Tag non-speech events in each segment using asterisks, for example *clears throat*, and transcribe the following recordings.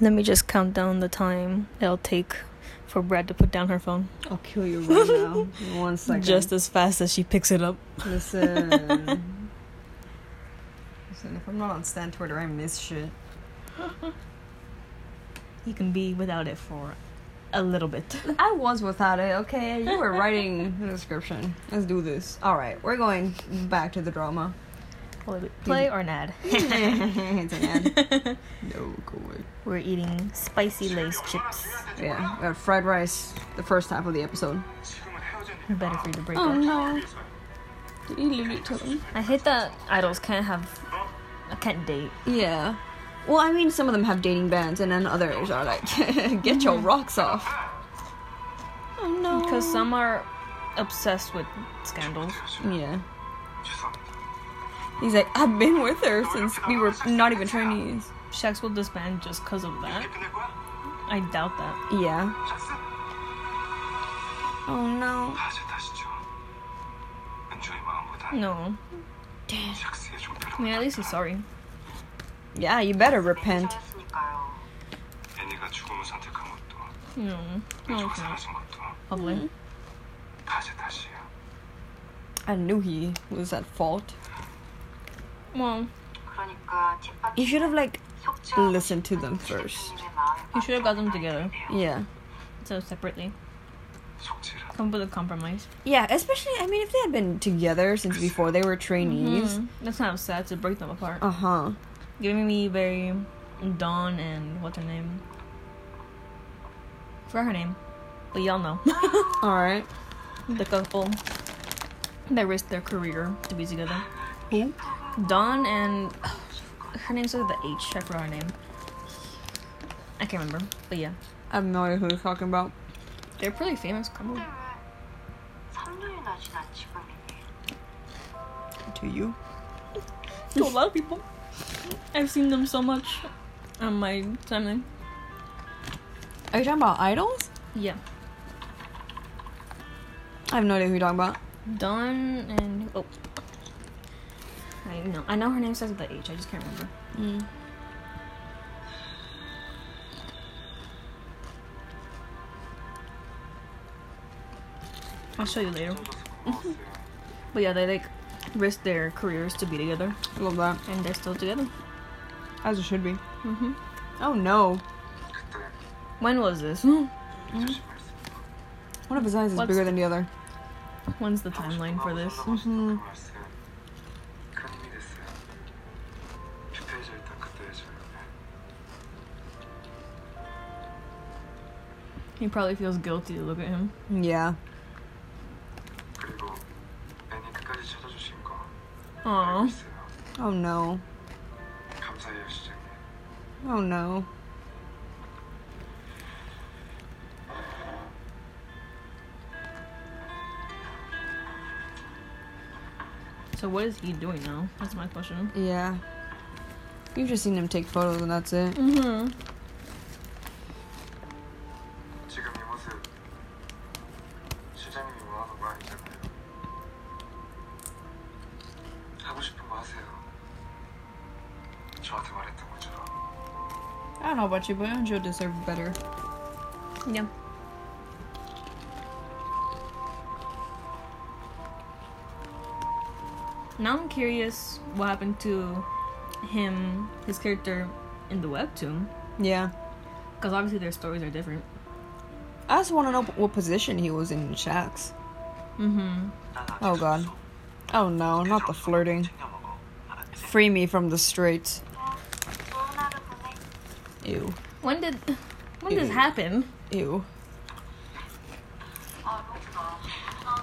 Let me just count down the time it'll take for Brad to put down her phone. I'll kill you right now. In One second. Just as fast as she picks it up. listen. listen. If I'm not on stand Twitter, I miss shit. You can be without it for a little bit. I was without it. Okay, you were writing the description. Let's do this. All right, we're going back to the drama. *laughs* Play or an ad? it's an ad. No, go away. We're eating spicy lace chips. Yeah, we had fried rice the first half of the episode. We're better for you to break up. no. Did he lose it to them? Oh. I hate that idols can't have. I can't date. Yeah. Well, I mean, some of them have dating bans, and then others are like, *laughs* get your rocks off. Oh no. Because some are obsessed with scandals. Yeah. He's like, I've been with her since we were not even trainees. Shax will disband just because of that. I doubt that. Yeah. Oh no. No. I mean, at least he's sorry. Yeah, you better repent. 애니가 죽음을 선택한 어, 것도 No. 내주고 사라진 것도 Probably. 다시 다시야 I knew he was at fault. Well, 그러니까 챗바퀴 You should have, like, 속초 listened to them first. 시민의 마음 you should have got them together. Yeah. So separately. 속지라 Come with a compromise. Yeah, especially, I mean, if they had been together since before they were trainees. Mm-hmm. That's kind of sad to break them apart. Uh huh. Giving me very Dawn and what's her name? Forgot her name. But y'all *laughs* know. Alright. the couple that risked their career to be together. Who? Dawn and her name's like the H. I forgot her name. I can't remember. But yeah, I have no idea who he's talking about. they're a pretty famous couple. 때문에 3년이나 지난 지금이니 To you? to *laughs* a lot of people. I've seen them so much on my timeline. Are you talking about idols? Yeah, I have no idea who you're talking about. Dawn and oh, I know. I know her name starts with the H. I just can't remember. I'll show you later. But yeah, they like risked their careers to be together, Love that. and they're still together. As it should be. Mm-hmm. Oh no. 그때 When was this? *gasps* 조심했어 One of his eyes is What's- bigger than the other. When's the timeline for this? 음. 큰 힘이 됐어요. 피폐해져 있다 그때 저녁에 He probably feels guilty. Look at him. Yeah. 그리고 애니 끝까지 찾아주신 거 알고 Aww. 있어요. Oh no. 감사해요 시장님. Oh no. So what is he doing now? That's my question. Yeah. You've just seen him take photos and that's it. Mm-hmm. 지금 이 모습 시장님이 원하는 거 아니잖아요. 하고 싶은 거 하세요. 저한테 말했던 것처럼 I don't know about you, but Anjo deserved better. Yeah. Now I'm curious what happened to him, his character in the webtoon, Yeah. because obviously their stories are different. I just want to know what position he was in in Shaq's. Mm-hmm. Oh god. Oh no, not the flirting. Free me from the straits. 좋은 하루 보내 Ew. When did when did this Ew. happen? Ew. 아 로즈가 어,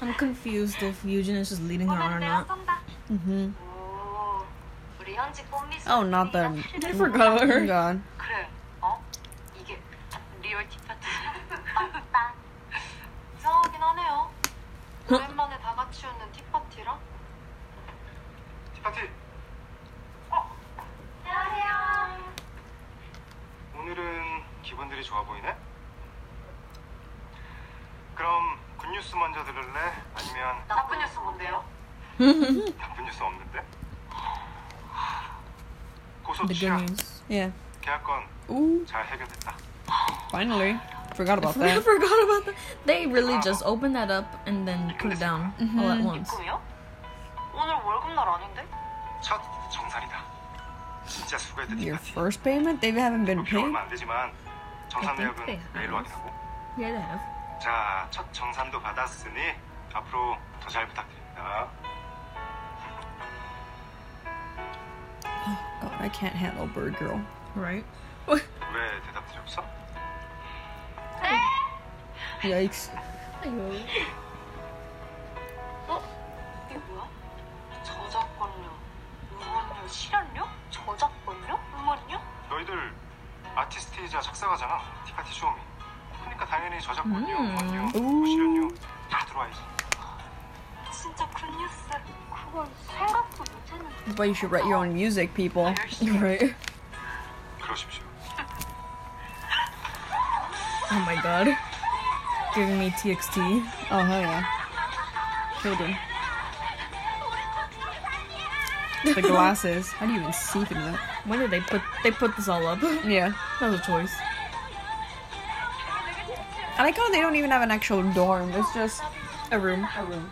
I'm confused if Eugene is just leading her on or 오늘 내가 not. 쏜다 음. Mm-hmm. 오 우리 현지 꽃미소 Oh, not *laughs* them. I forgot Oh her. god. 그래 어? 이게 리얼티 파트 맞다 이상하긴 하네요 오랜만에 다 같이 웃는 티파티라 티파티 안녕하세요 오늘은 기분들이 좋아 보이네. 그럼 굿뉴스 먼저 들을래? 아니면 나쁜 뉴스 뭔데요? 나쁜 뉴스 없는데? 소 The good 취하 news. Yeah. 계약건 Ooh, 잘 해결됐다. finally. Forgot *laughs* *laughs* about I that. forgot about that. They really just opened that up and then put it down all at once. 입금이요? 오늘 월급날 아닌데? 첫 정산이다. 진짜 수고했다 Your 티파티. first payment? They 하ven't been 비록 paid? 얼마 안 되지만 I 정산 think 내역은 they 메일로 have. 확인하고. Yeah, they have. 자, 첫 정산도 받았으니 앞으로 더 잘 부탁드립니다. God, Oh, I can't handle Bird Girl. Right. 왜 대답들이 없어? Yikes. 어? 이게 뭐야? 저작권료, 음원료, 실현료? 저작권료? 음원료? 너희들 아티스트이자 작사가잖아. 티파티 쇼미. 그러니까 당연히 저작권료, 음. 음원료, 보시련료 다 들어와야지. 진짜 굿뉴스. 그건 생각도 못했는데. 음. That's why you should write your own music, people. *laughs* Right. 그러십시오. Oh my god. Giving me TXT. Oh, hell yeah. Children. The glasses. How do you even see through that? When did they put they put this all up? *laughs* that Yeah. was a choice. I like how they don't even have an actual dorm. It's just A room. a room.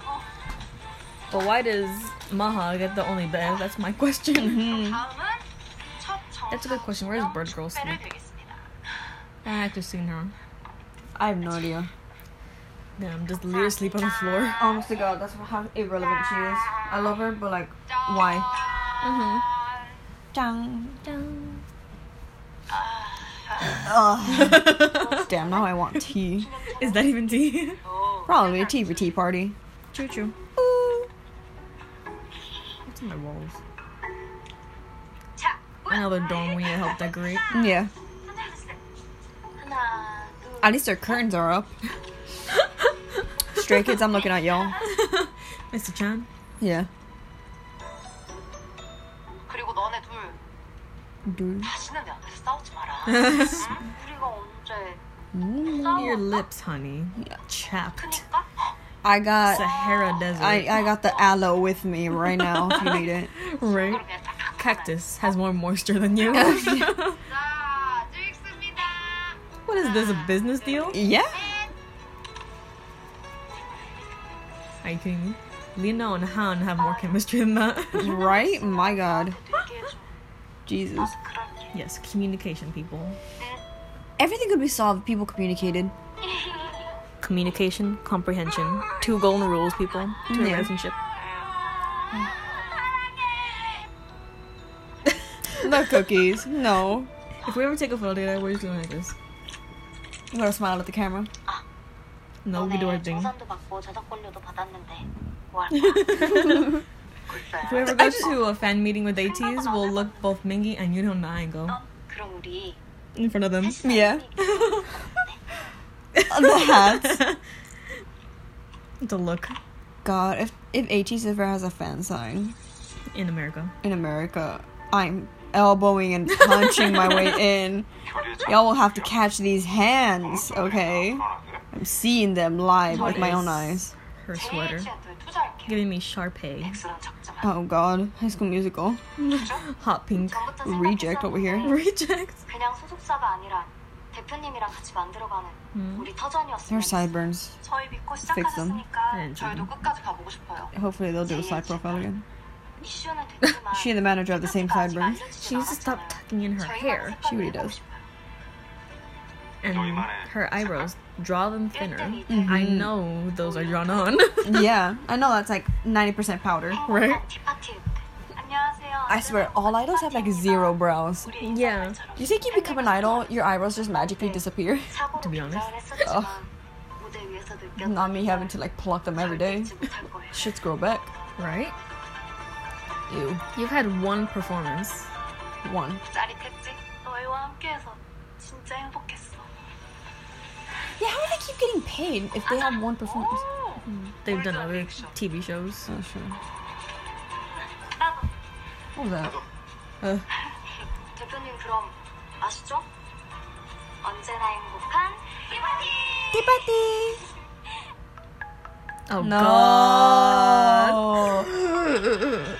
But why does Maha get the only bed? That's my question. 다음은 첫 정상. That's a good question. Where is Bird Girl 축배를 sleep? 드리겠습니다. *laughs* I have to see her. I have no idea. Damn, does Leader sleep on the floor? *laughs* Honest to God, that's how irrelevant she is. I love her, but like, why? 아. Mm-hmm. Dang. Down. *laughs* Ugh. Damn, now I want tea. Is that even tea? Probably a tea for tea party. *laughs* Choo choo. Ooh. What's in my walls? 자, Another dorm we need to help *laughs* decorate. Yeah. 하나, 둘, 하나, 둘. At least their curtains are up. Stray kids, I'm looking at *laughs* y'all. Mr. Chan. Yeah. 그리고 너네 둘 Dude. 다시는 내 앞에서 싸우지 *laughs* 마라. 응? 우리가 언제 Your 싸웠나? lips, honey. Chapped. 그니까 I got Sahara Desert. I, I got the aloe with me right now if you need it. right? 그걸 그냥 딱 Cactus has more moisture than *laughs* you. what 자, 찍습니다. is this, a business deal? *laughs* Yeah. Are you kidding me? Lino and Han have more chemistry than that. *laughs* *laughs* Right? My god. 늦게 해줘. Jesus. 그런 일. yes, communication, people. Everything could be solved if people communicated. Communication, comprehension. Two golden rules, people, to a Yeah. relationship. No cookies. No. If we ever take a photo together, we're just doing like this. You gotta smile at the camera. No, we do our 너네 thing. 정산도 받고 저작권료도 받았는데 뭐 할 거야? If we 글쎄. ever go to a fan meeting with ATs, we'll look both Mingy and Yunho and I and go 그럼 우리 in front of them. *laughs* Yeah. *laughs* the hats. It's a look God, if if AT's ever has a fan sign in America. in America, I'm elbowing and punching my *laughs* way in. 결의에 Y'all will have to catch these hands, okay? I'm seeing them live with my own eyes. Her 제일 sweater. 네. 친한테 투자할게. Giving me Sharpay. 백수랑 적자만. Oh god, High School Musical. Hot pink. *laughs* 전부터 Reject over here. 생각했었는데 Reject. 그냥 소속사가 아니라 대표님이랑 같이 만들어가는 우리 Their 터전이었으면 sideburns. 저희 믿고 them. 시작하셨으니까 네, 저희도 끝까지 가보고 싶어요. Hopefully they'll do a side profile again. 이슈는 됐지만 She and the manager have the same sideburns. She needs to stop tucking in her hair She really does. *laughs* and her eyebrows. Draw them thinner. Mhm. I know those are drawn on. *laughs* Yeah, I know that's like 90% powder. Right? I swear, all idols have like zero brows. Yeah. You think you become an idol, your eyebrows just magically disappear? *laughs* To be honest. Not me having to like pluck them *laughs* every day. *laughs* Shits grow back. Right? Ew. You've had one performance. One. 짜릿했지? 너희와 함께해서 진짜 행복했어. Yeah, how do they keep getting paid if they have one performance? They've done other TV shows. Oh, sure. 나도 What was that? 대표님 그럼 아시죠? 언제나 행복한 히바디. Tippati! Oh *laughs* No. god.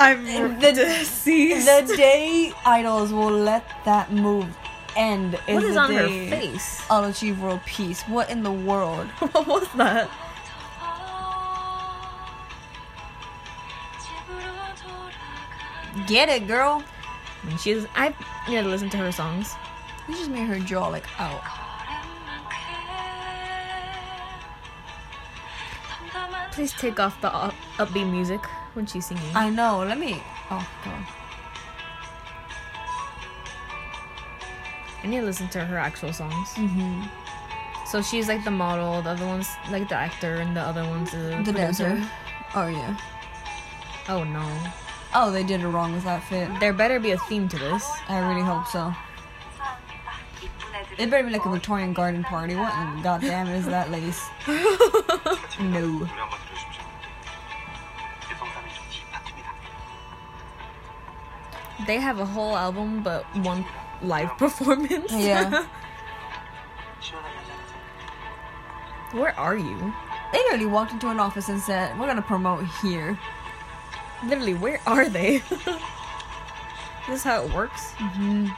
I'm *laughs* the deceased. The day idols will let that move end. Is What is the on her day face? I'll achieve world peace. What in the world? *laughs* what was that? Get it, girl. I mean, she's. I need to listen to her songs. You just made her jaw like out. Please take off the up- upbeat music when she's singing. I know. Let me. Oh god. I need to listen to her actual songs. Mm-hmm. So she's like the model, the other one's like the actor, and the other one's the, The producer. dancer. Oh yeah. Oh no. Oh, they did it wrong with that fit. There better be a theme to this. I really hope so. It better be like a Victorian garden party. What in the goddamn is that lace? no. 노래 한번 들려주십시오. 일성삼이 좀 힙합입니다. They have a whole album, but one live *laughs* performance. *laughs* Yeah. 시원하게 하지 않으세요? *laughs* Where are you? *laughs* They literally walked into an office and said, "We're gonna promote here." Literally, where are they? *laughs* this is how it works. Mm-hmm.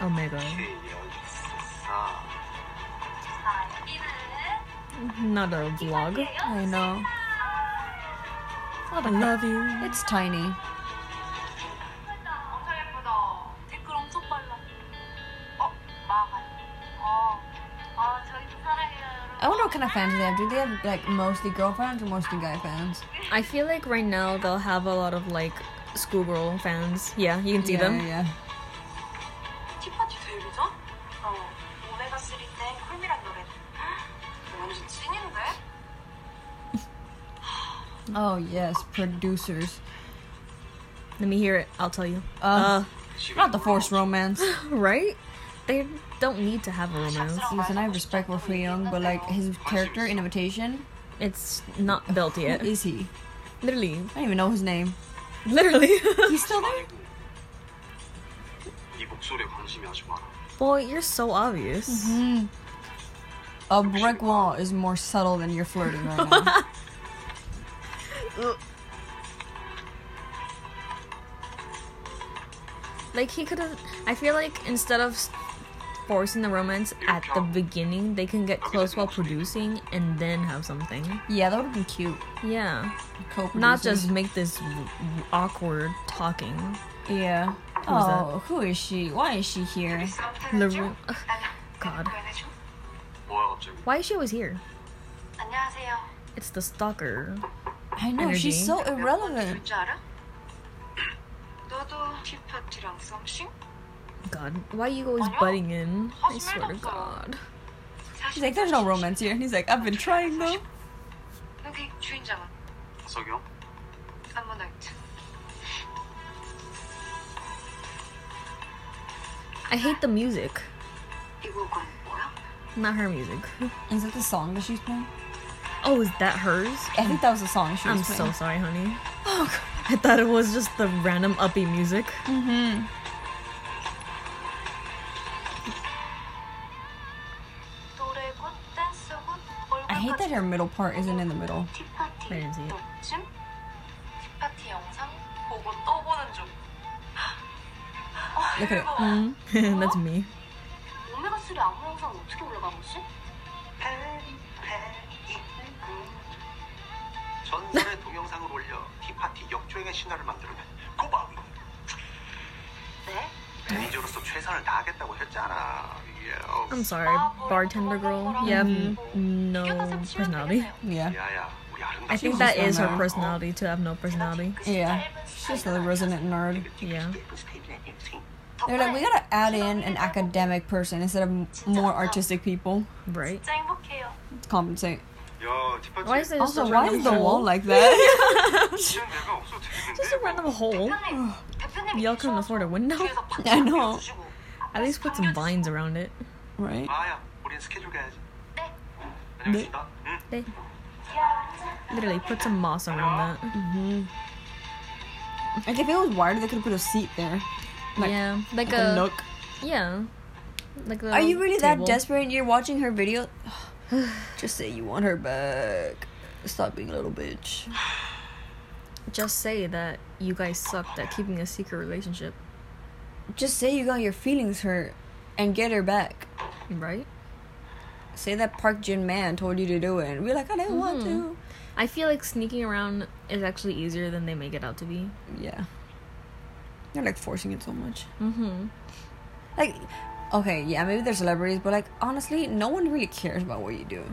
Oh my god. 네, 여기 있었어. Not a vlog. I know. I love you. It's tiny. 댓글 엄청 빨라. 어, 마가. 어, 아, 저희도 사랑해요. I wonder what kind of fans they have. Do they have like mostly girlfriends or mostly guy fans? I feel like right now they'll have a lot of like schoolgirl fans. Yeah, you can see yeah, them. Yeah. yeah. 티파티 데뷔죠? 어, 오메가 3 때 쿨미란 노래. 헉, 완전 찐인데? Oh yes, producers. Let me hear it. I'll tell you. Uh, not the forced romance. Right? They don't need to have a romance. Listen, I respect Wolfie Young, but like his character in Invitation, It's not built yet. is he? Literally, I don't even know his name. literally. *laughs* He's still there. 아이고, 이 목소리에 관심이 아주 많아. Boy, you're so obvious. A brick wall is more subtle than you're flirting right *laughs* now. Like he could have. I feel like instead of s- forcing the romance at the beginning, they can get close while producing and then have something. yeah, that would have been cute. Yeah, Co-producing. not just make this w- w- awkward talking. yeah. was oh, who is she? Why is she here? Literally. 아, God. 뭐야 갑자기? Why is she always here? 안녕하세요. 아, It's the stalker. I know she's Energy. so 줄 irrelevant. 줄 알아? *clears throat* 너도 티파티랑 썸씽? God, why are you always butting in? I swear to God. She's like, there's no romance here. And he's like, I've been trying though. 여기 주인장은 석이 형? 암모나이트. I hate the music. 이 곡은 뭐야? Not her music. *laughs* Is that the song that she's playing? Oh, is that hers? I think that was the song she was I'm so playing. sorry, honey. Oh, I thought it was just the random uppy music. 노래군, 댄스군, I hate that 얼굴까지 her middle part isn't in the middle. 티파티 I didn't see it. 녹음? 티파티 영상 보고 떠보는 중. 어, Look at *laughs* it. That's me. 오메가 3 아무 영상 어떻게 올라간 거지? *laughs* 전설의 동영상을 올려 티파티 역주행의 신화를 만들면 꼬박 네. 매니저로서 최선을 다하겠다고 했잖아. 예, 어, I'm sorry, bartender girl. You have no personality. Yeah. 야야, 우리 I think 아름답지 She's that just is her normal. personality to have no personality. 그 Yeah. 예, She's just a resonant 어. nerd. Yeah. 어, They're like, we gotta add in an academic person instead of m- more artistic people. Right? 진짜 행복해요. Compensate. 야, 티파티 Why is there just Also, a why random is the hole? wall like that? 시간 내가 없어도 되겠는데? 뭐. Just a random 어? hole. 대표님, 대표님 Y'all couldn't afford a window? *laughs* 뒤에서 박수 네, I know. 어. 주시고. At least put some vines around it. right? 아, 마야, 우린 스케줄 가야지. 네. 안녕하십니까? 응. They literally put some moss around that. Like, if it was wider, they could have put a seat there. Like, Yeah, like a a nook. yeah. Like a Are you really table. that desperate and you're watching her video? Just say you want her back. Stop being a little bitch. Just say that you guys sucked at keeping a secret relationship, Just say you got your feelings hurt and get her back. right? Say that Park Jin Man told you to do it and be like, I didn't want to. I feel like sneaking around is actually easier than they make it out to be. Yeah. They're like forcing it so much. Mm-hmm. Like, okay, yeah, maybe they're celebrities, but like, honestly, no one really cares about what you do.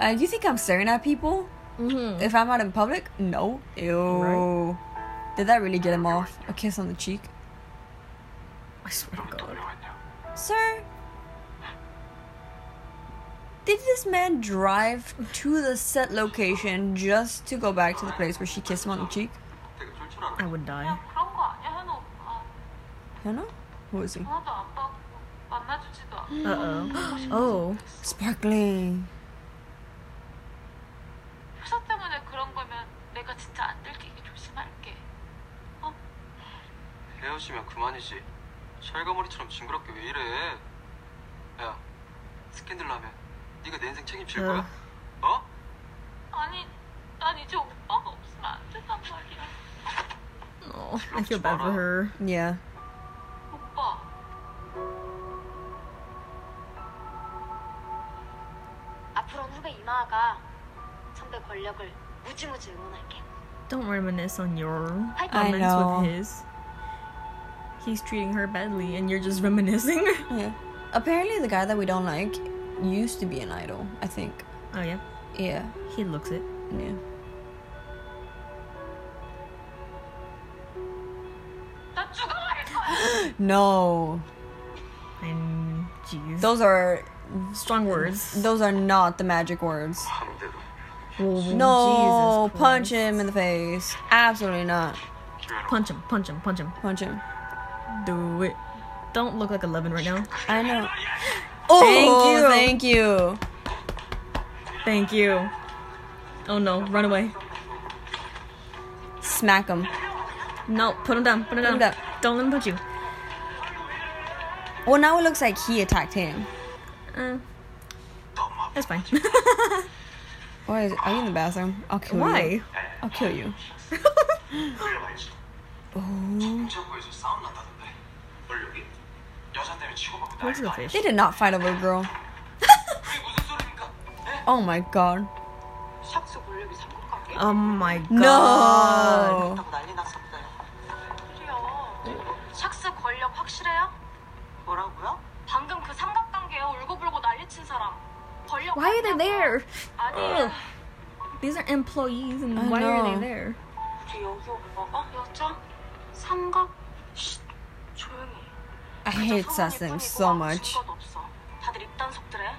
Uh, you think I'm staring at people Mm-hmm. if I'm out in public? No. Ew. Did that really get him off? A kiss on the cheek? I swear to 또 God. 왜 왔냐? Sir, did this man drive to the set location just to go back to the place where she kissed him on the cheek? 되게 쫄쫄하고. I would die. 그런 거 아니야 현우 오빠 Hannah? Who is he? 전화도 안 받고 만나주지도 않고 Uh oh. Oh. Sparkling. 표사 때문에 그런 거면 내가 진짜 안 들키게 조심할게 헤어지면 그만이지. 철거머리처럼 징그럽게 왜 이래? 야, 스캔들 나면 네가 내 인생 책임질 어. 거야? 어? 아니 난 이제 오빠가 없으면 안 된단 말이야 oh. *gasps* I feel bad for her. Yeah. 오빠 앞으로는 후배 이마아가 선배 권력을 무지무지 응원할게. Don't reminisce on your I comments know. with his. He's treating her badly, and you're just reminiscing. *laughs* Yeah. Apparently, the guy that we don't like used to be an idol, I think. oh yeah, Yeah. he looks it. Yeah. *gasps* 나 죽어갈 거야 No. And jeez, Those are strong words. those are not the magic words. 반대로 Oh, No, Jesus punch Christ. him in the face. Absolutely not. 기회로 Punch him! Punch him! Punch him! Punch him. Do it. Don't look like eleven right now. I know. Oh, thank you. Thank you. Oh no! Run away! Smack him. No! Put him down! Put him Put him down! down. Don't let him punch you. Well, now it looks like he attacked him. Uh, 너무 that's fine. *laughs* Why is Are you in the bathroom? I'll kill Why? you. I'll kill you. 아프게 공작부에서 싸움 난다던데 뭘 여기? 여자 때문에 치고받고 Where's 난리도 the 아니야 fish? They did not fight over a girl. 그게 무슨 소리입니까? 네? Oh my god. 샥스 권력이 삼각관계? Oh my god. No. 그렇다고 난리 났었어요 그래요 샥스 권력 확실해요? 뭐라고요? 방금 그 삼각관계요 울고불고 난리친 사람 권력 Why are they there? 아니에요 These are employees, and I why are know. they there? 우리 여기 오빠가 여자 삼각 쉿 조용히 해. I hate Sassing so much. 다들 입단속들해.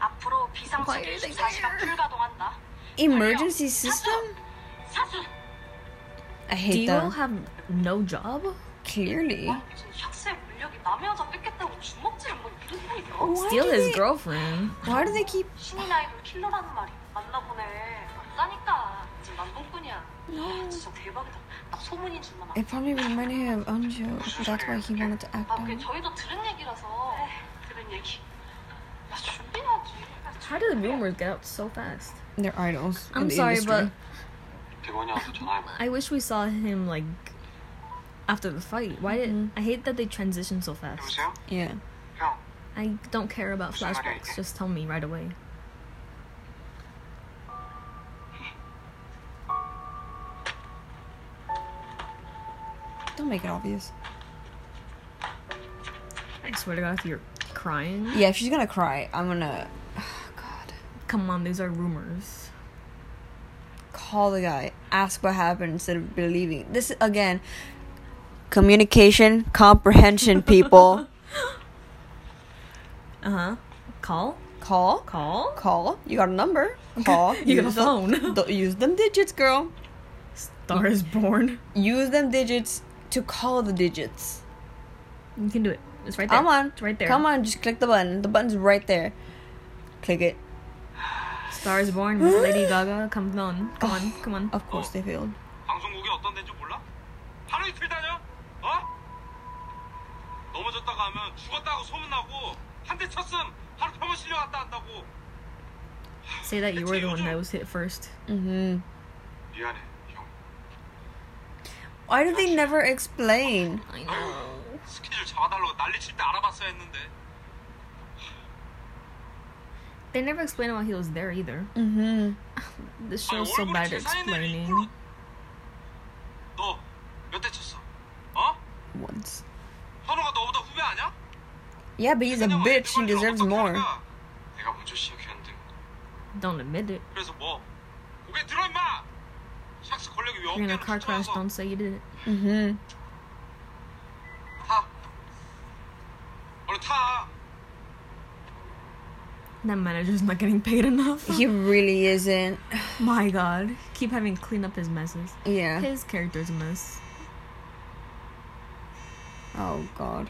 앞으로 비상식 Why are they 24시간 there? 불가동한다. Emergency system? 사수. Do I hate you all them. have no job? Clearly. 무슨 혁세 물력이 남의 여자 뺏겠다고 주먹질 뭐 이런 소리야. Why Steal do his they- girlfriend. Why do they keep? 신인 아이돌 킬러라는 말이 맞나 보네. 맞다니까. 이제 남봉꾼이야. 아, 진짜 대박이다. 나 소문인 줄만 알아. It probably reminded him of Unju. That's why he wanted to act 아, 그게 on. 저희도 들은 얘기라서. 에이, 들은 얘기. 나 준비해야지. How do the rumors get out so fast? They're idols. in I'm the sorry, industry. 대원이한테 전화해봐 but I wish we saw him like after the fight. Why did I hate that they transition so fast? 여보세요? Yeah. 형 I don't care about Sorry. flashbacks. Just tell me right away. Don't make it obvious. I swear to God, if you're crying, Yeah, if she's gonna cry, I'm gonna. *sighs* Oh, God. come on, these are rumors. Call the guy. Ask what happened instead of believing. This again. Communication, comprehension, people. Uh huh. *laughs* Call, Call. call. Call. You got a *laughs* number. Call. You got a Use *laughs* the- phone. th- use them digits, girl. Star is born. Use them digits to call the digits. You can do it. It's right there. Come on. It's right there. Come on, just click the button. The button's right there. Click it. Star is born. *gasps* with Lady Gaga. Come on. Come on. Come on. Of course they failed. 방송국이 어떤 데인지 몰라? 하루 이틀 다녀? 어? 넘어졌다고 하면 죽었다고 소문나고 한 대 쳤음 하루 평을 실려갔다 한다고 Say that you were the one that was hit first. Mm-hmm. 미안해 형 Why do they never explain? I know. 스케줄 잡아달라고 난리 칠 때 알아봤어야 했는데 They never explained why he was there either. Mm-hmm. This 아니, show's so 얼굴이 bad at 재산인데 explaining. 이걸로- 너 몇 대 쳤어? 어? Once. 현우가 너보다 후배 아니야? Yeah, but he's a 그냥 bitch and 애들 관리를 deserves 어떻게 more. 하냐? 내가 먼저 시작했는데 Don't admit it. 그래서 뭐 고개 들어 임마 샥스 권력이 왜 You're in a 어깨를 car crash, 붙어서 don't say you did it. Mm-hmm. 타 얼른 타 That manager's not getting paid enough. *laughs* He really isn't. *sighs* My god. Keep having to clean up his messes. Yeah. His character's a mess. Oh God.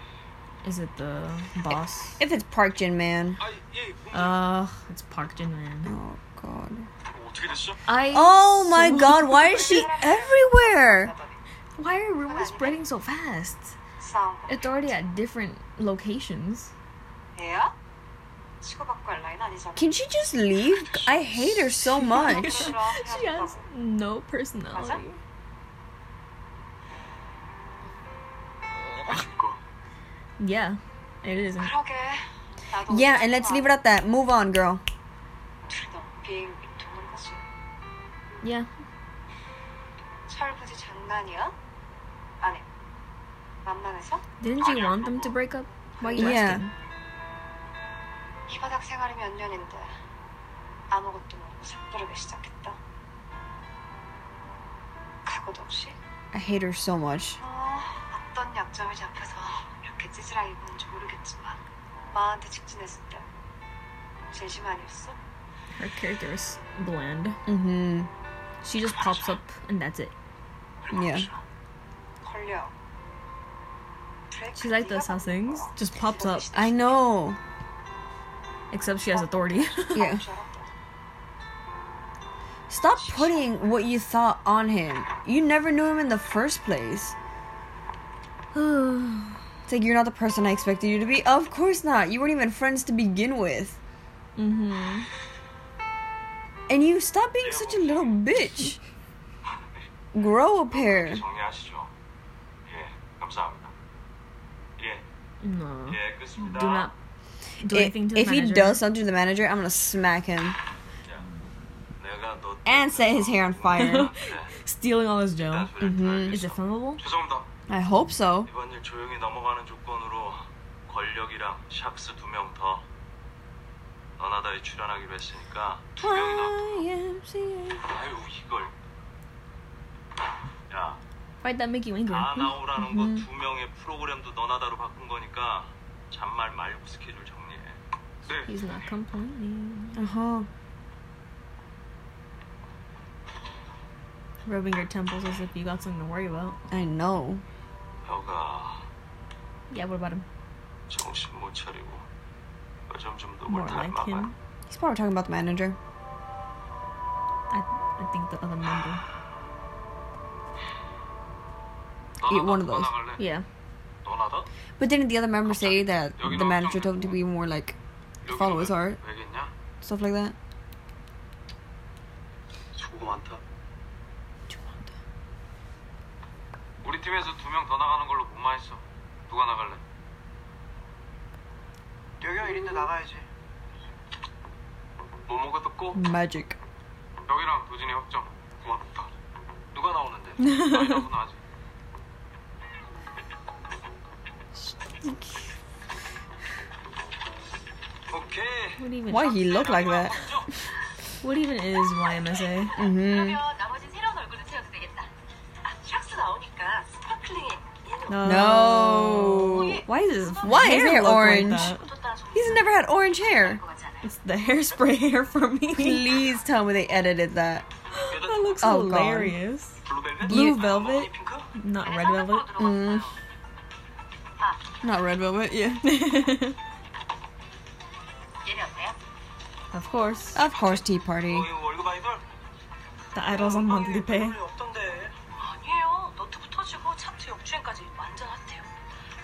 Is it the boss? If it's Park Jin Man. 아이 예 부모 Ugh, it's Park Jin Ran. Oh God. 어떻게 됐어? I. Oh my so- God. Why is *laughs* she everywhere? Why are rumors spreading so fast? 싸운 거. It's already at different locations. 얘야? 치고받고 할 라인 아니잖아. Can she just leave? I hate her so much. 싫어. She has no personality. 어, 아쉽고 Yeah, it isn't. 그러게. 나도 Yeah, and let's leave it at that. Move on, girl. 비행 도는 거지. Yeah. 철부지 장난이야? 아니. 만만해서? Didn't you want them to break up? Why you Yeah. asking? 이 바닥 생활이 몇 년인데 아무것도 모르고 삭부르기 시작했다. 각오도 없이 I hate her so much. 어, 어떤 약점이 잡혀서 이렇게 찌질하게 입었는지 모르겠지만 마한테 직진했을 때 진심 아니었어? Her character is bland. Mm-hmm. She just pops up and that's it. Yeah. 걸려. She's like the how things just pops up, I know. except she has authority. *laughs* Yeah. 음. Stop putting what you thought on him. You never knew him in the first place. mm-hmm. It's like you're not the person I expected you to be. Of course not. You weren't even friends to begin with. Mm-hmm. And you stop being such a little bitch. Grow a pair. 네, 정리하시죠 예 감사합니다 예예 No. 끝입니다 Do not do If, anything to the if he manager. does something to the manager, I'm gonna smack him 야, 내가 너 네, and set his hair on *laughs* fire. Stealing all his 나 gel. 소리를 들어야겠어. Is it filmable? 죄송합니다 I hope so. 이번 일 조용히 넘어가는 조건으로 권력이랑 샥스 두 명 더 너나다에 출연하기로 했으니까 두 명이 음. 더 YMCA. 아유 이걸 야 Why'd that make you angry? 아, 다 아, 나오라는 거 네. 두 명의 프로그램도 너나다로 바꾼 거니까 잔말 말고 스케줄 정리해 네 He's not complaining. Uh huh. Rubbing your temples as if you got something to worry about. I know. 혀가 Yeah, what about him? 정신 못 차리고 어, 요즘 좀 More 뭐, 누굴 네, like 닮아가 him. He's probably talking about the manager. I, I think the other member. Eat one of those. 예. 나갈래? Yeah. 너나다? But didn't the other member say that the manager told him to be more like 여기 Follow his heart. 왜겠냐? stuff like that? 수고 많다 우리 팀에서 두 명 더 나가는 걸로 목마했어. 누가 나갈래? 여기가 1인데 나가야지. 뭐 먹어도 꼭 Magic. 여기랑 도진이 확정. 고맙다. 누가 *laughs* 나오는데? 나이라고 나지. 오케이. What even? Why he look like that? What even is YMSA? Mm-hmm. 그러면 나머지 새로운 얼굴도 채워도 되겠다. 아, 샥스 나오니까 스파클링에 얘는 No. No. Why is his Why is it look orange? Like that? 줬다는 소리 He's never had orange hair. 것 같잖아요. It's the hairspray *laughs* hair for *laughs* me. Please tell me they edited that. that looks Oh, God. hilarious. 블루벨벳? 예. Blue Yeah. velvet, not red velvet. 들어갔어요. Not red velvet, yeah. *laughs* 얘네 어때요? of course, of course, Tea Party. 어, 이거 월급 아이돌? the idols on monthly pay. 없던데. 아니에요. 노트북 터지고 차트 역주행까지 완전 핫해요.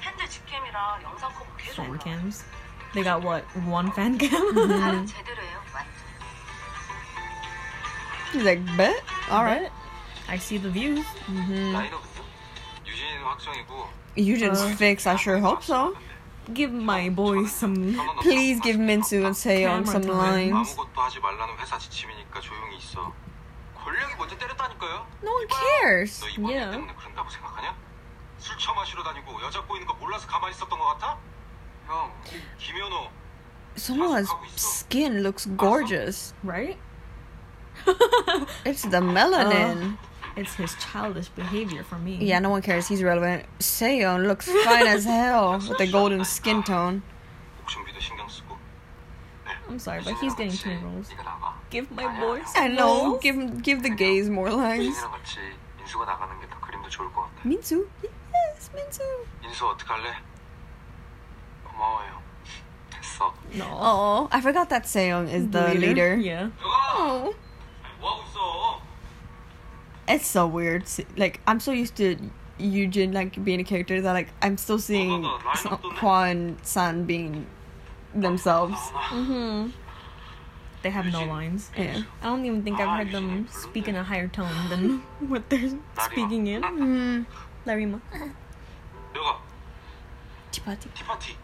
팬들 직캠이랑 영상 커버 계속 Fan 올라와요. cams. They got what one fan cam? Mm-hmm. 다른 제대로예요. 완전. He's like, bet? Alright. I see the views. 음. 라이너군요. 확정이고 Eugen's fixed. I 아, sure hope so. Give my boy some. Please give Minsu and Seon some lines. 아무것도 하지 말라는 회사 지침이니까 조용히 있어. 권력이 먼저 때렸다니까요. No one cares. 너 이번 일 Yeah. 때문에 그런다고 생각하냐? 술 처마시러 다니고 여자 꼬이는 거 몰라서 가만히 있었던 것 같아? 형, 김현호 Someone's skin looks gorgeous. Right? *laughs* It's the melanin. It's his childish behavior for me. Yeah, no one cares. He's relevant. Seon looks fine as hell with the golden skin tone. 옥준비도 신경 쓰고. 네. I'm sorry, but he's getting too many roles. 네가 나가. Give my boy *laughs* I some know. roles. Give give the gays more lines. 민수랑 같이 인수가 나가는 게 더 그림도 좋을 것 같아. Minsu. Yes, Minsu. 인수 어떡할래? 고마워요. 됐어. No. Oh, I forgot that Seon is the leader. Yeah. 여가 Oh, 뭐 하고 있어? it's so weird. See- Like I'm so used to Eugene like being a character that like I'm still seeing no, no, Sa- line up, Hwa and San being themselves. 아, Mm-hmm. They have no lines. Yeah. I don't even think I've heard them speak in a higher tone than *laughs* what they're speaking in. Mm. Larima. 여가 Chipati. 티파티.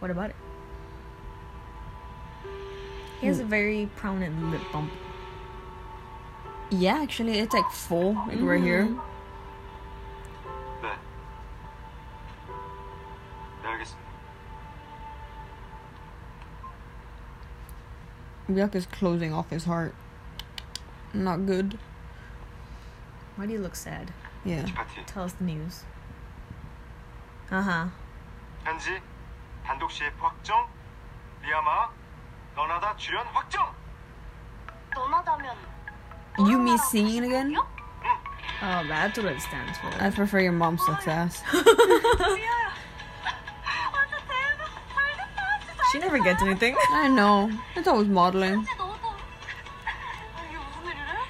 What about it? He has a very prominent lip bump. Yeah, actually, it's like full like right here. 네. 네 알겠습니다. Ryuk is closing off his heart. Not good. Why do you look sad? Yeah. 티파티. Tell us the news. Uh huh. 현지 단독 시입 확정. 리아마 너나다 출연 확정. 너나다면 You me singing again? Oh, that's what it stands for. I prefer your mom sucks ass. 완전 대박 잘 됐다 진짜 she never gets anything. *laughs* *laughs* I know. It's always modeling. 너무 좋아. 이게 무슨 일이래?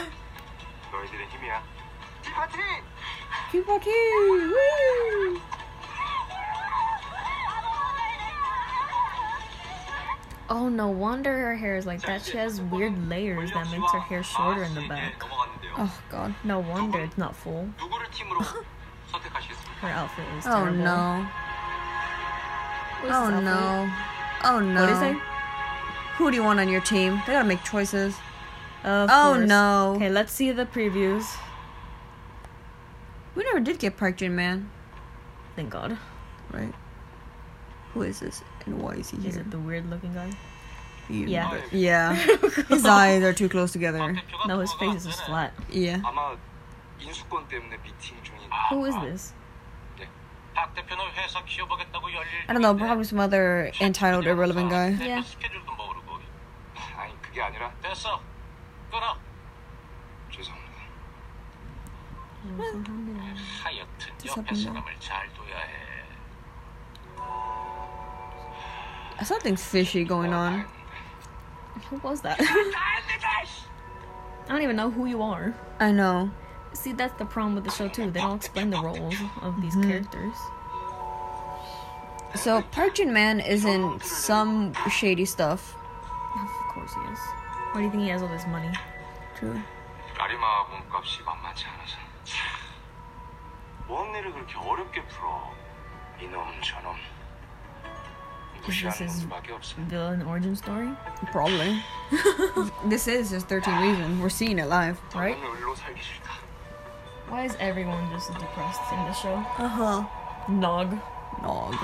*laughs* 너희들의 힘이야. 티파티. Chipati. Woo! Oh, no wonder her hair is like that. She has weird layers that makes her hair shorter in the back. 넘어갔는데요. Oh god. No wonder it's not full. 누구를 팀으로 *laughs* *laughs* 선택하시겠습니까? Her outfit is Oh terrible. no. What is Oh this outfit? no. Oh no. What do you say? Who do you want on your team? They gotta make choices. Of Oh, course. no. Okay, let's see the previews. We never did get Park Jin Man. Thank God. Right. Who is this? And why is he Is here? it the weird looking guy? You- Yeah. *laughs* Yeah. His eyes are too close together. No, his face is just flat. Yeah. 아마 인수권 때문에 미팅 중인. Who is this? 박 대표는 회사 키워보겠다고 열릴. I don't know, probably some other entitled irrelevant guy. Yeah. 아, 네, 스케줄도 모르고. 아니 그게 아니라. 됐어. 끊어. 죄송합니다. 하여튼 옆에 죄송합니다. 사람을 잘 둬야 해. Something fishy going 아. on. Who was that? *laughs* I don't even know who you are. I know. See, that's the problem with the show too. They don't explain the roles of these characters. So Park Jin Man is in some shady stuff. Of course he is. Why do you think he has all this money? True. 라리마 몸값이 만만치 않아서. 뭔 일을 그렇게 어렵게 풀어? 이놈 저놈. 무시하는 is- 수밖에 없어. Villain origin story, Probably. *laughs* this is just 13 Reasons. We're seeing it live. right? 나는 을로 살기 싫다. Why is everyone just depressed in the show? Uh Uh-huh. huh. Nog. Nog.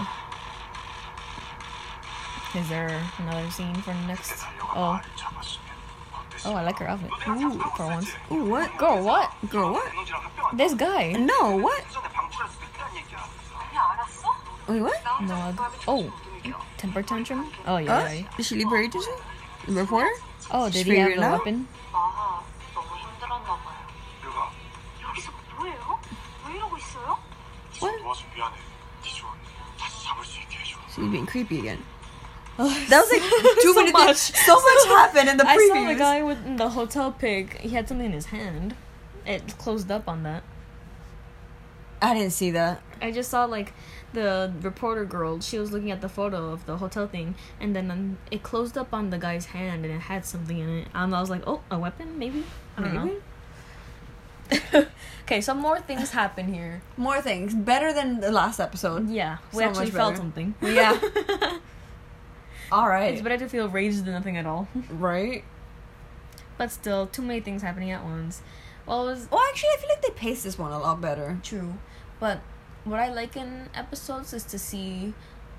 Is there another scene for next? 달려가 Oh, 말을 잡았으면 어땠어? oh, I like her outfit. Ooh, for once. Ooh, what? Girl, what? Girl, what? 에너지랑 합병한 This guy. No, what? 전에 방출할 수도 있다는 얘기야. Wait, what? Nog. Oh, temper tantrum. Oh yeah. Us? yeah. Did she liberate you? The reporter? Oh, She did he have figured the it out? weapon? 아, 너무 힘들었나 봐요. 내가 여기서 뭐예요? 왜 이러고 있어요? 도와서 미안해. 기준 다시 잡을 수 있게 해줘. She's being creepy again. *laughs* that was like too many much. things. Oh, So *laughs* much happened in the I previews. saw the guy with in the hotel pig. He had something in his hand. It closed up on that. I didn't see that. I just saw like the reporter girl. She was looking at the photo of the hotel thing, and then um, it closed up on the guy's hand, and it had something in it. And I was like, oh, a weapon, maybe. I don't know. *laughs* okay, some more things happen here. More things. Better than the last episode. Yeah, we So much actually felt better. something. *laughs* Yeah. *laughs* All it's right. better to feel rage than nothing at all. Right? but still, too many things happening at once. Well, it was Well, actually, I feel like they paced this one a lot better. True. But what I like in episodes is to see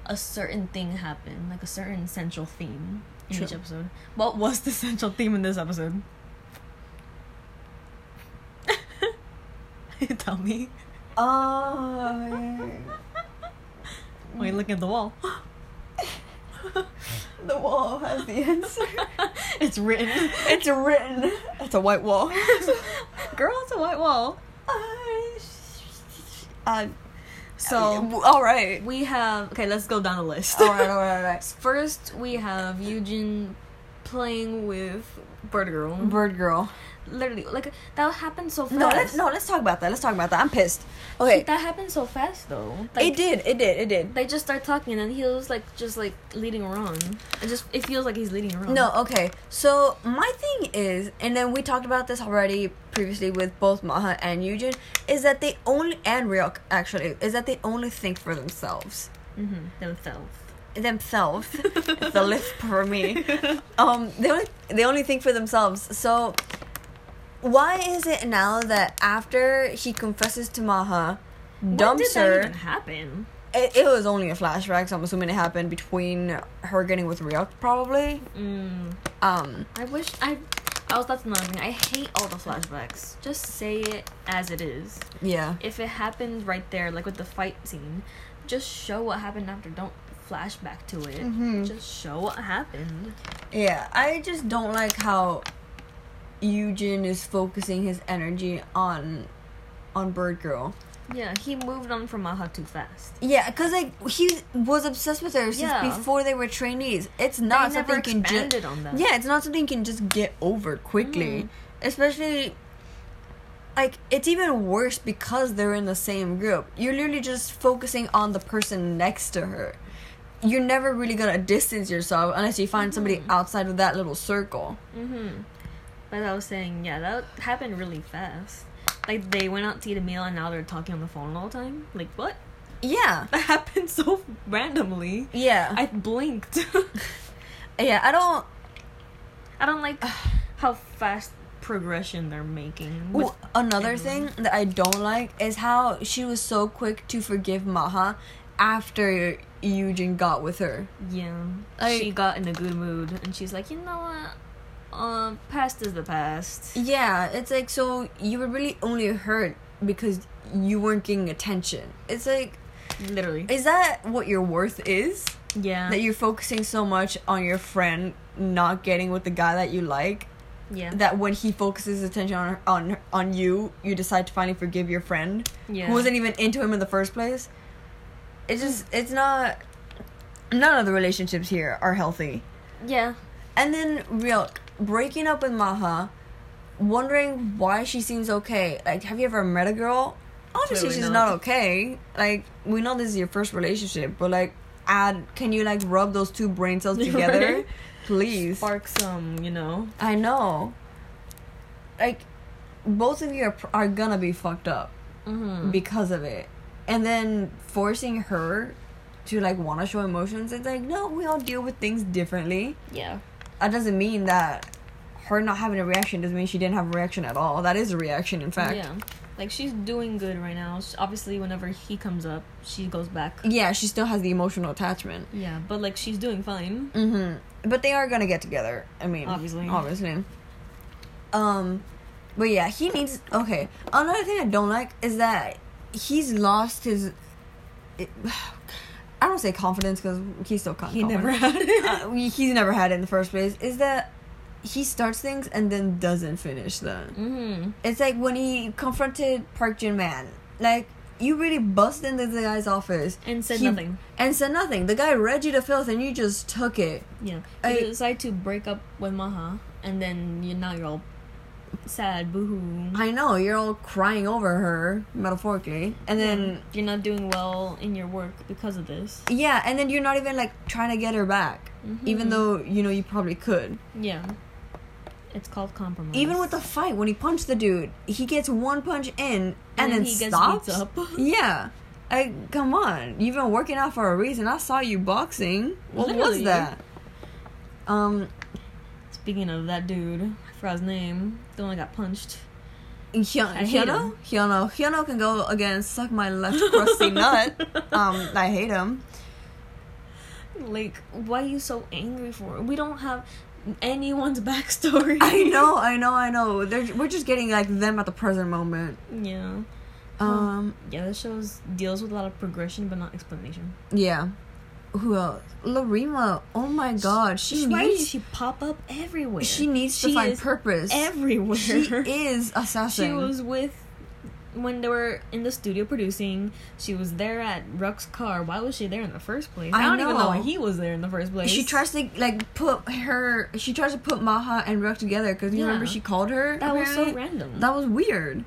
a certain thing happen, like a certain central theme in each True. episode. What was the *laughs* central theme in this episode? *laughs* You Tell me. *laughs* Oh, yeah. Why you looking at the wall? *laughs* the wall has the answer. it's written. *laughs* it's written. It's a white *laughs* wall. *laughs* Girl, it's a white wall. uh, oh, So all right. we have okay. Let's go down the list. All right, all right, all right. First, we have Eugene playing with Bird Girl. *laughs* Bird girl. Literally, like that happened so fast. No, let's no, let's talk about that. Let's talk about that. I'm pissed. Okay. That happened so fast though. it did. It did. It did. They just start talking and he was like just like leading her on. It just it feels like he's leading her on. No, okay. So my thing is, and then we talked about this already previously with both Maha and Eugene, is that they only and Ryok actually is that they only think for themselves, Mm-hmm. Themselves. themselves. it's a lift for *laughs* me. Um, they only they only think for themselves. So why is it now that after he confesses to Maha, When dumps did her? that even happen? It, it was only a flashback, so I'm assuming it happened between her getting with Ryok probably. Mm, Um. I wish I. Oh, that's another thing. I hate all the flashbacks. Just say it as it is. Yeah. If it happens right there, like with the fight scene, just show what happened after. Don't flash back to it. Just show what happened. Yeah, I just don't like how Eugene is focusing his energy on on Bird Girl. Yeah, he moved on from Maha too fast. Yeah, cause like he was obsessed with her since Yeah. before they were trainees. It's not they never something you can just expanded on that. yeah, it's not something you can just get over quickly. Mm. Especially like it's even worse because they're in the same group. You're literally just focusing on the person next to her. You're never really gonna distance yourself unless you find Mm. somebody outside of that little circle. Mm-hmm. But I was saying, yeah, that happened really fast. Like they went out to eat a meal and now they're talking on the phone all the time. Like what? *laughs* Yeah. That happened so randomly. Yeah. I blinked. *laughs* yeah, I don't I don't like how fast progression they're making. With, Ooh, another thing that I don't like is how she was so quick to forgive Maha after Eugene got with her. yeah, I- she got in a good mood and she's like, you know what? Um, past is the past. Yeah, it's like so you were really only hurt because you weren't getting attention. It's like Literally. is that what your worth is? Yeah. That you're focusing so much on your friend not getting with the guy that you like Yeah. that when he focuses attention on on on you, you decide to finally forgive your friend yeah. who wasn't even into him in the first place. It's just it's not none of the relationships here are healthy. Yeah. And then Ryuk breaking up with Maha, wondering why she seems okay. Like, have you ever met a girl? Obviously, Clearly she's not. not. okay. Like, we know this is your first relationship, but like, add can you like rub those two brain *laughs* cells together, Right. please? Spark some, you know. I know. Like, both of you are, pr- are gonna be fucked up Mm-hmm. because of it. And then forcing her to like want to show emotions, it's like, no, we all deal with things differently. Yeah. That doesn't mean that her not having a reaction doesn't mean she didn't have a reaction at all. That is a reaction, in fact. Yeah. Like she's doing good right now. She, obviously, whenever he comes up, she goes back. Yeah, she still has the emotional attachment. Yeah, but like she's doing fine. hmm But they are gonna get together. I mean, Obviously. obviously. Um, but yeah, he needs. Okay, another thing I don't like is that he's lost his. It, *sighs* I don't say confidence because he's still confident. had it. *laughs* uh, we- he's never had it in the first place is that he starts things and then doesn't finish them. mm-hmm. It's like when he confronted Park Jin Man. Like you really bust into the guy's office And said He- nothing. and said nothing. The guy read you to filth and you just took it. Yeah. I- you decide to break up with Maha, and then you now you're all sad, boohoo. I know you're all crying over her metaphorically, and then You're not doing well in your work because of this. yeah, and then you're Mm-hmm. not even like trying to get her back, even though you know you probably could. Yeah. It's called compromise. Even with the fight, when he punched the dude, he gets one punch in and, And then he gets stops. beats up. yeah. I, come on, you've been working out for a reason. I saw you boxing. What was Literally. that? Um, Speaking of that dude, I forgot his name. The one that got punched. Hyun- I hate Hyuno, him. Hyuno, Hyuno can go again. Suck my left *laughs* crusty nut. Um, I hate him. Like, why are you so angry for? We don't have anyone's *laughs* backstory. I know, I know, I know. They're, we're just getting like them at the present moment. Yeah. Um, Yeah, this shows deals with a lot of progression but not explanation. yeah. Who else? Larima. Oh my God, she Why needs did she pop up everywhere? She needs to She find is purpose. everywhere. *laughs* She is *laughs* assassin. She was with when they were in the studio producing. She was there at Ruck's car. Why was she there in the first place? I don't even know why know. he was there in the first place. She tries to like put her. She tries to put Maha and Rook together because you Yeah. remember she called her. That was so apparently? random. That was weird.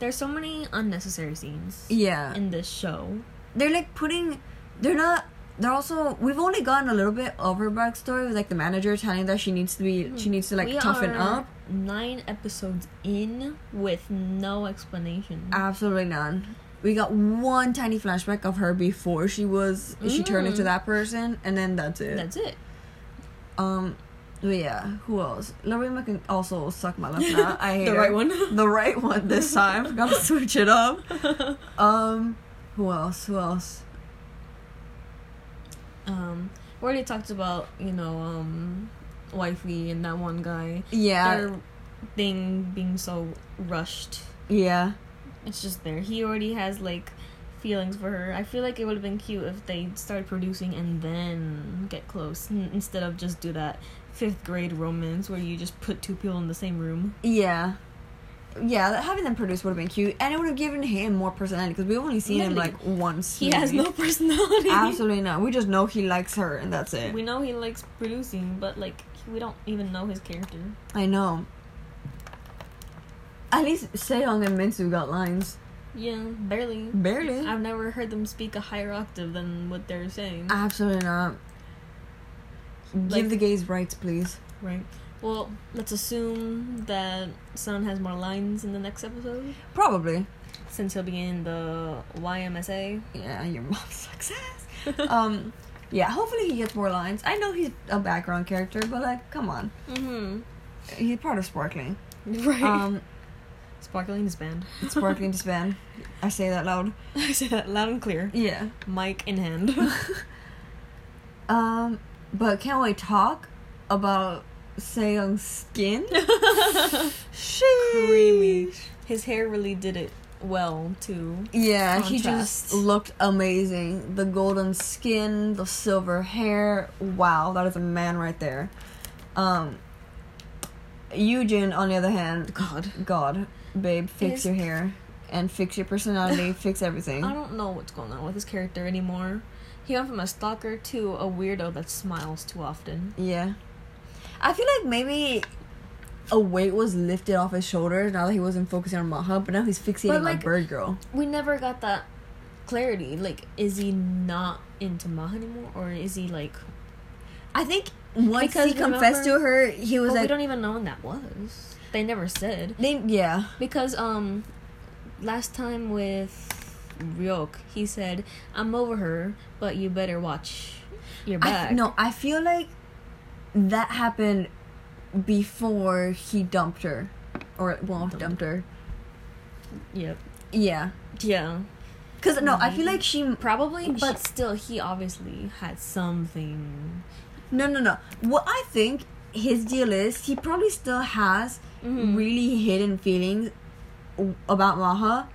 There's so many unnecessary scenes Yeah, in this show. they're like putting. They're not. They're also. We've only gotten a little bit of her backstory with like the manager telling that she needs to be. She needs to like We toughen are up. Nine episodes in with no explanation. Absolutely none. We got one tiny flashback of her before she was. She turned into Mm. that person, and then that's it. That's it. Um, but yeah, who else? Lorima can also *laughs* suck my left nut. I hate The her. right one? *laughs* The right one this time. Gotta switch it up. Um, who else? Who else? um, we already talked about you know um, wifey and that one guy. Yeah, Their thing being so rushed. yeah. It's just there. He already has like feelings for her. I feel like it would have been cute if they started producing and then get close n- instead of just do that fifth grade romance where you just put two people in the same room. Yeah. Yeah, that- having them produce would have been cute, and it would have given him more personality because we've only seen him Literally. like once. He has maybe. no *laughs* personality. Absolutely not. We just know he likes her, and that's it. We know he likes producing, but like we don't even know his character. I know. At least Seong and Minsu got lines. Yeah, barely. Barely. I've never heard them speak a higher octave than what they're saying. Absolutely not. Like- Give the gays rights, please. Right. Well, let's assume that Sun has more lines in the next episode, Probably. since he'll be in the YMSA. Yeah, your mom *laughs* sucks ass. um, yeah. Hopefully he gets more lines. I know he's a background character, but like, come on, *laughs* Mm-hmm. he's part of *laughs* Sparkling. Right. Um, Uh, Sparkling is banned. *laughs* Sparkling Span. I say that loud. I say that loud and clear. Yeah. Mic in hand. *laughs* Um, but can we talk about Seung's *laughs* skin? Creamy. Sheesh. His hair really did it well too. Yeah, he Contrast. just looked amazing. The golden skin, the silver hair. Wow, that is a man right there. Um Eugene, on the other hand, God. God, babe, fix His- your hair and fix your *laughs* personality, fix everything. I don't know what's going on with his character anymore. He went from a stalker to a weirdo that smiles too often. Yeah, I feel like maybe a weight was lifted off his shoulders now that he wasn't focusing on Maha, but now he's fixating on like, Bird Girl. we never got that clarity. Like, is he not into Maha anymore, or is he like? I think once because he confessed remember- to her, he was But we like, don't even know when that was. They never said they, yeah. because um, last time with Ryok, he said, "I'm over her, but you better watch your I f- back." no, I feel like that happened before he dumped her, or well, dumped her. Yep. Yeah, Yeah. because no, I feel like she Probably, She- but still, he obviously had something. No, no, no. What I think his deal is, he probably still has Mm-hmm. really hidden feelings w- about Maha.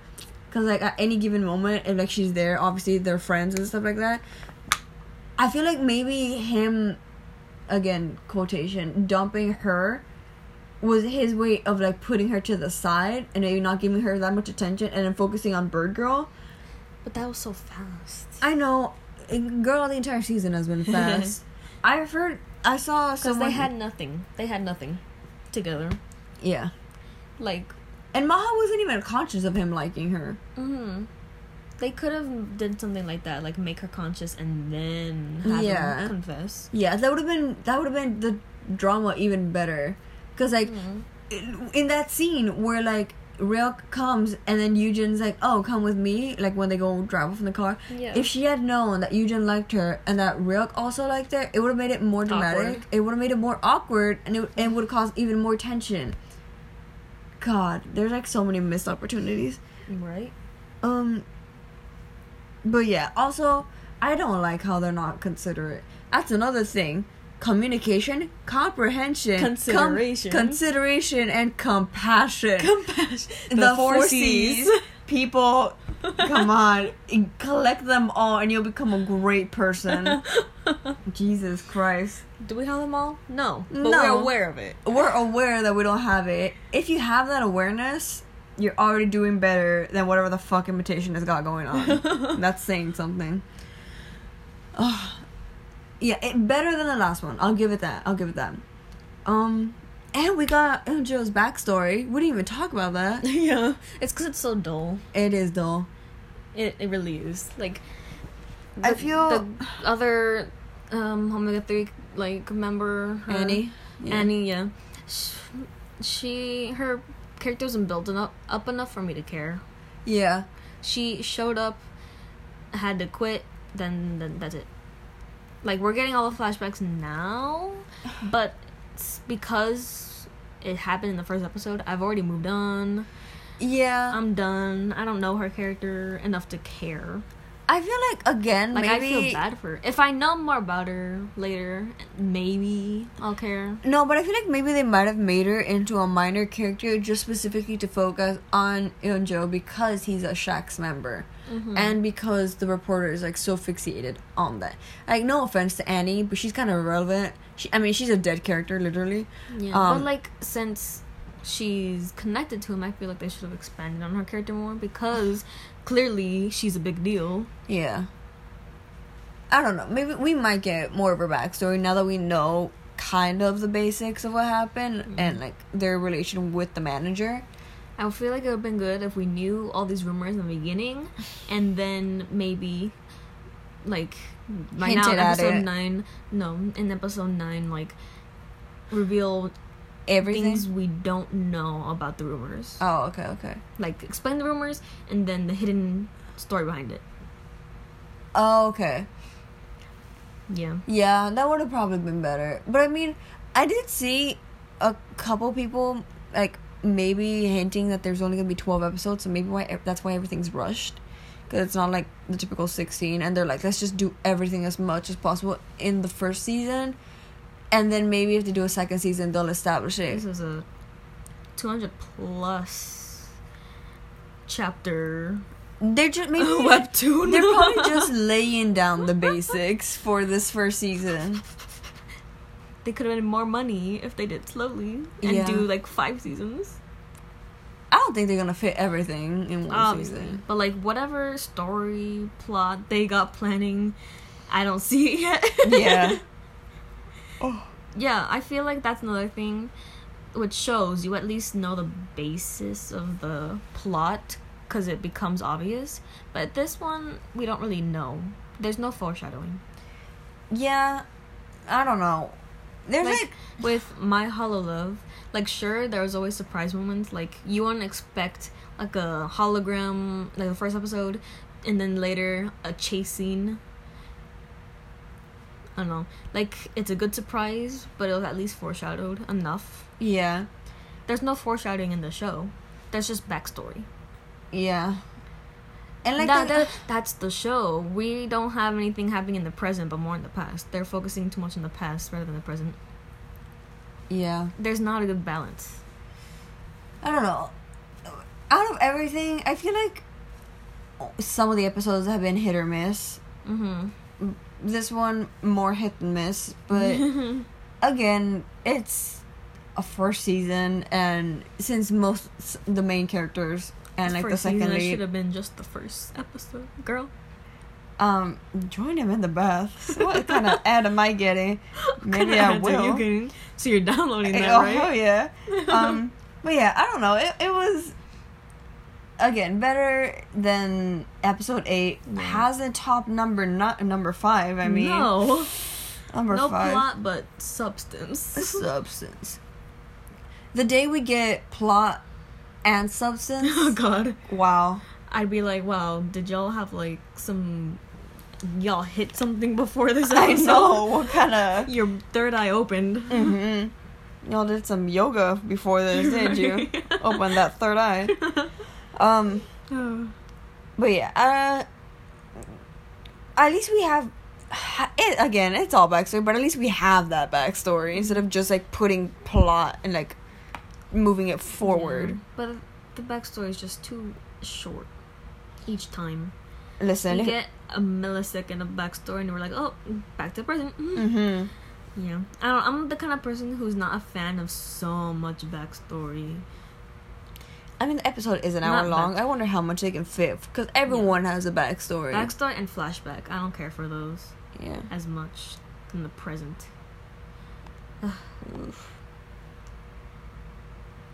Because, like, at any given moment, if, like, she's there, obviously they're friends and stuff like that. I feel like maybe him, again, quotation, dumping her was his way of, like, putting her to the side and maybe not giving her that much attention and then focusing on Bird Girl. But that was so fast. I know, eh, Girl, the entire season *laughs* has been fast. I've heard, I saw Because someone. they had nothing. They had nothing together. Yeah. Like, And Maha wasn't even conscious of him liking her. Mm. They could have did something like that, like make her conscious and then have Yeah. him confess. Yeah, that would have been that would have been the drama even better. Because like Mm-hmm. in that scene where like Ryuk comes and then Eugen's like, "Oh, come with me." Like when they go drive off in the car. Yeah. If she had known that Eugen liked her and that Ryuk also liked her, it would have made it more dramatic. Awkward. It would have made it more awkward, and it, it would cause even more tension. God, there's like so many missed opportunities. Right? Um. But yeah, also, I don't like how they're not considerate. That's another thing. Communication, comprehension, com- Consideration. consideration, and compassion. Compassion. *laughs* the, four C's. People, come on, *laughs* collect them all, and you'll become a great *laughs* person. Jesus Christ. Do we have them all? No. But No. we're aware of it. We're aware that we don't have it. If you have that awareness, you're already doing better than whatever the fuck imitation has got *laughs* going on. That's saying something. Ugh. yeah, it, better than the last one. I'll give it that. I'll give it that. Um, and we got Joe's backstory. We didn't even talk *laughs* about *laughs* that. yeah. It's because it's so dull. It is though. It, it really is. Like, I the- feel- The other um, Omega 3, like, member, her- Annie. Yeah. Annie, yeah. Sh- She, her character wasn't built up, up enough for me to care. Yeah. She showed up, had to quit, then, then that's it. Like we're getting all the flashbacks *sighs* now, but it's because it happened in the first episode, I've already moved on. Yeah. I'm done. I don't know her character enough to care. I feel like again Like maybe I feel bad for her. If I know more about her later, maybe I'll care. No, but I feel like maybe they might have made her into a minor character just specifically to focus on Eunjo because he's a Shax member. And because the reporter is like so fixated on that. Like no offense to Annie, but she's kind of irrelevant. She I mean, she's a dead character literally. Yeah, Um, but like since she's connected to him, I feel like they should have expanded on her character more because clearly she's a big deal. Yeah. I don't know. Maybe we might get more of her backstory now that we know kind of the basics of what happened and like their relation with the manager. I feel like it would have been good if we knew all these rumors in the beginning, and then maybe, like, by now Hinted in at episode it. nine, no, in episode nine, like, reveal Everything. things we don't know about the rumors. Oh, okay, okay. Like, explain the rumors and then the hidden story behind it. Oh, okay. Yeah. Yeah, that would have probably been better. But I mean, I did see a couple people like maybe hinting that there's only gonna be twelve episodes, so maybe why ev- that's why everything's rushed, because it's not like the typical sixteen, and they're like, let's just do everything as much as possible in the first season, and then maybe if they do a second season, they'll establish it. This is a 200 plus *laughs* chapter They're just maybe webtoon. they're *laughs* probably just laying down the basics for this first season. they could have made more money if they did slowly and Yeah. do like five seasons. I don't think they're gonna fit everything in one Obviously. season. But like whatever story plot they got planning, I don't *laughs* see it yet. *laughs* Yeah. yeah, I feel like that's another thing which shows you at least know the basis of the plot because it becomes obvious. But this one, we don't really know. There's no foreshadowing. Yeah, I don't know. There's like, like with my hollow love like sure there was always surprise moments like you wouldn't expect like a hologram like the first episode and then later a chase scene i don't know like it's a good surprise but it was at least foreshadowed enough yeah, there's no foreshadowing in the show there's just backstory yeah, and like that, the- that, that's the show we don't have anything happening in the present but more in the past they're focusing too much on the past rather than the present yeah, there's not a good balance I don't know. Out of everything, I feel like some of the episodes have been hit or miss. mm-hmm This one more hit and miss, *laughs* but again, it's a first season, and since most the main characters and like the First season, second that should lead, have been just the first episode, girl. *laughs* um, join him in the bath. what *laughs* kind of ad am I getting? *laughs* Maybe I That's what will. You're getting. So you're downloading that, Eh, *laughs* oh, hell right? *laughs* yeah. Um, but yeah, I don't know. It, it was, again, better than episode 8. Has a top number, not number 5, I mean. no, Number no 5. plot, but substance. *laughs* *laughs* Substance. The day we get plot and substance. *laughs* Oh god. *laughs* Wow. I'd be like, wow, did y'all have like some y'all hit something before this I episode? know. Mm. What kind *laughs* of. Your third eye opened. Y'all did some yoga before this, did you? *laughs* Open that third eye. Um. *sighs* Oh. But yeah, uh, at least we have. It again, it's all backstory, but at least we have that backstory instead of just like putting plot and like moving it forward. But the backstory is just too short each time. Listen, We if- Mm-hmm. get a millisecond of backstory and we're like, oh, back to the present. Mm. Mhm. Yeah. I don't I'm the kind of person who's not a fan of so much backstory. I mean, the episode is an hour Not long. back- I wonder how much they can fit because everyone has a backstory. Backstory and flashback. I don't care for those yeah. as much in the present. Oof.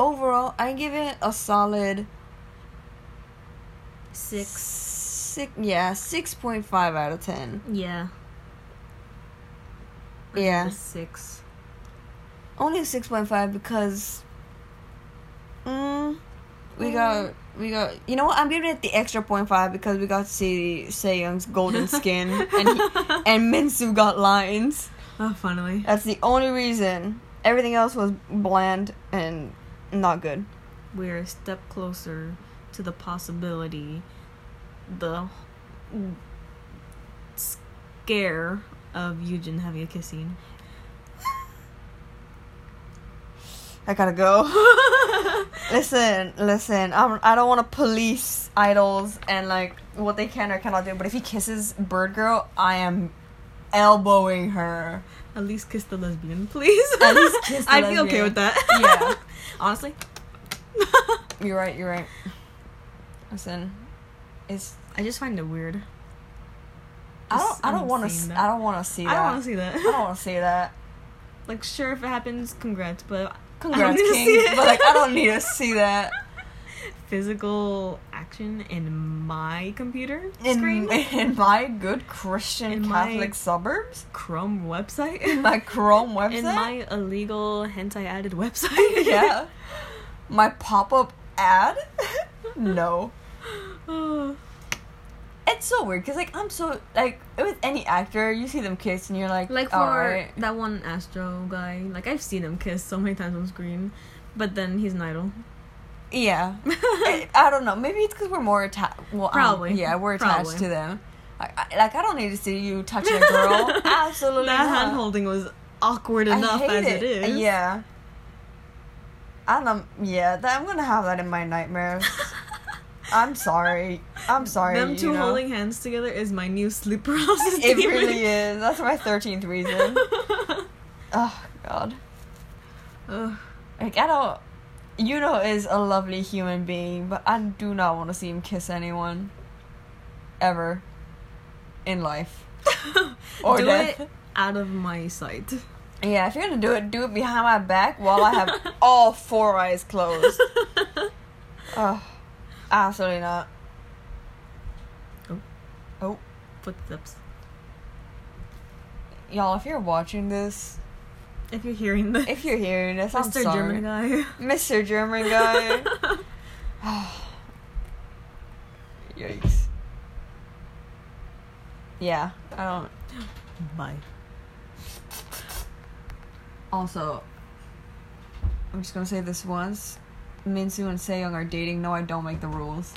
Overall, I give it a solid Six. six. Yeah, six point five out of ten. Yeah. I Yeah. give it a Six. only a 6.5 because mm, we got we got you know what i'm giving it the extra 0.5 because we got to see Young's golden skin and he, and minsu got lines Oh, finally. that's the only reason everything else was bland and not good We're a step closer to the possibility, the scare of Yujin having a kiss scene. *laughs* i gotta go *laughs* listen listen I'm, i don't want to police idols and like what they can or cannot do but if he kisses bird girl i am elbowing her At least kiss the lesbian, please. At least kiss the *laughs* I'd be okay lesbian. with that. Yeah. *laughs* *laughs* Honestly. You're right, you're right. Listen, it's I just find it weird. I Just don't I don't haven't want seen to that. I don't want to see that. I don't want to see that. I don't want to see that. Like, sure, if it happens, congrats, but *laughs* I don't Congrats, need to King. see it. But like I don't need *laughs* to see that physical action in my computer in screen, *laughs* in my good Christian In my- Catholic suburbs, Chrome website, my Chrome *laughs* in website. my illegal hentai added website. *laughs* *laughs* yeah, my pop up ad. no. Oh, It's so weird because like I'm so like with any actor you see them kiss and you're like like for all right that one Astro guy, like I've seen him kiss so many times on screen, but then he's an idol. *laughs* Yeah. I, I don't know. Maybe it's because we're more attached. Well, Probably. Um, yeah, we're attached Probably. to them. I, I, like, I don't need to see you touching a girl. *laughs* Absolutely that not. hand holding was awkward I enough hate as it is. *laughs* Yeah. I don't. Yeah, that, I'm gonna have that in my nightmares. I'm sorry. I'm *laughs* sorry. Them two you know. holding hands together is my new sleep *laughs* paralysis. It demon. really is. That's my thirteenth reason. oh God. *laughs* Ugh. Like I don't. Yuno is a lovely human being, but I do not want to see him kiss anyone. Ever. In life. Or do death. it out of my sight. *laughs* Yeah, if you're gonna do it, do it behind my back while I have *laughs* all four eyes *laughs* closed. Ugh. absolutely not. Oh. Oh. Footsteps. Y'all, if you're watching this, If you're hearing this, if you're hearing this, I'm Mr. sorry. German guy. Mr. German *laughs* guy. Yikes. Yeah, I don't. *laughs* Bye. Also, I'm just gonna say this once. Minsu and Seyoung are dating. No, I don't make the rules.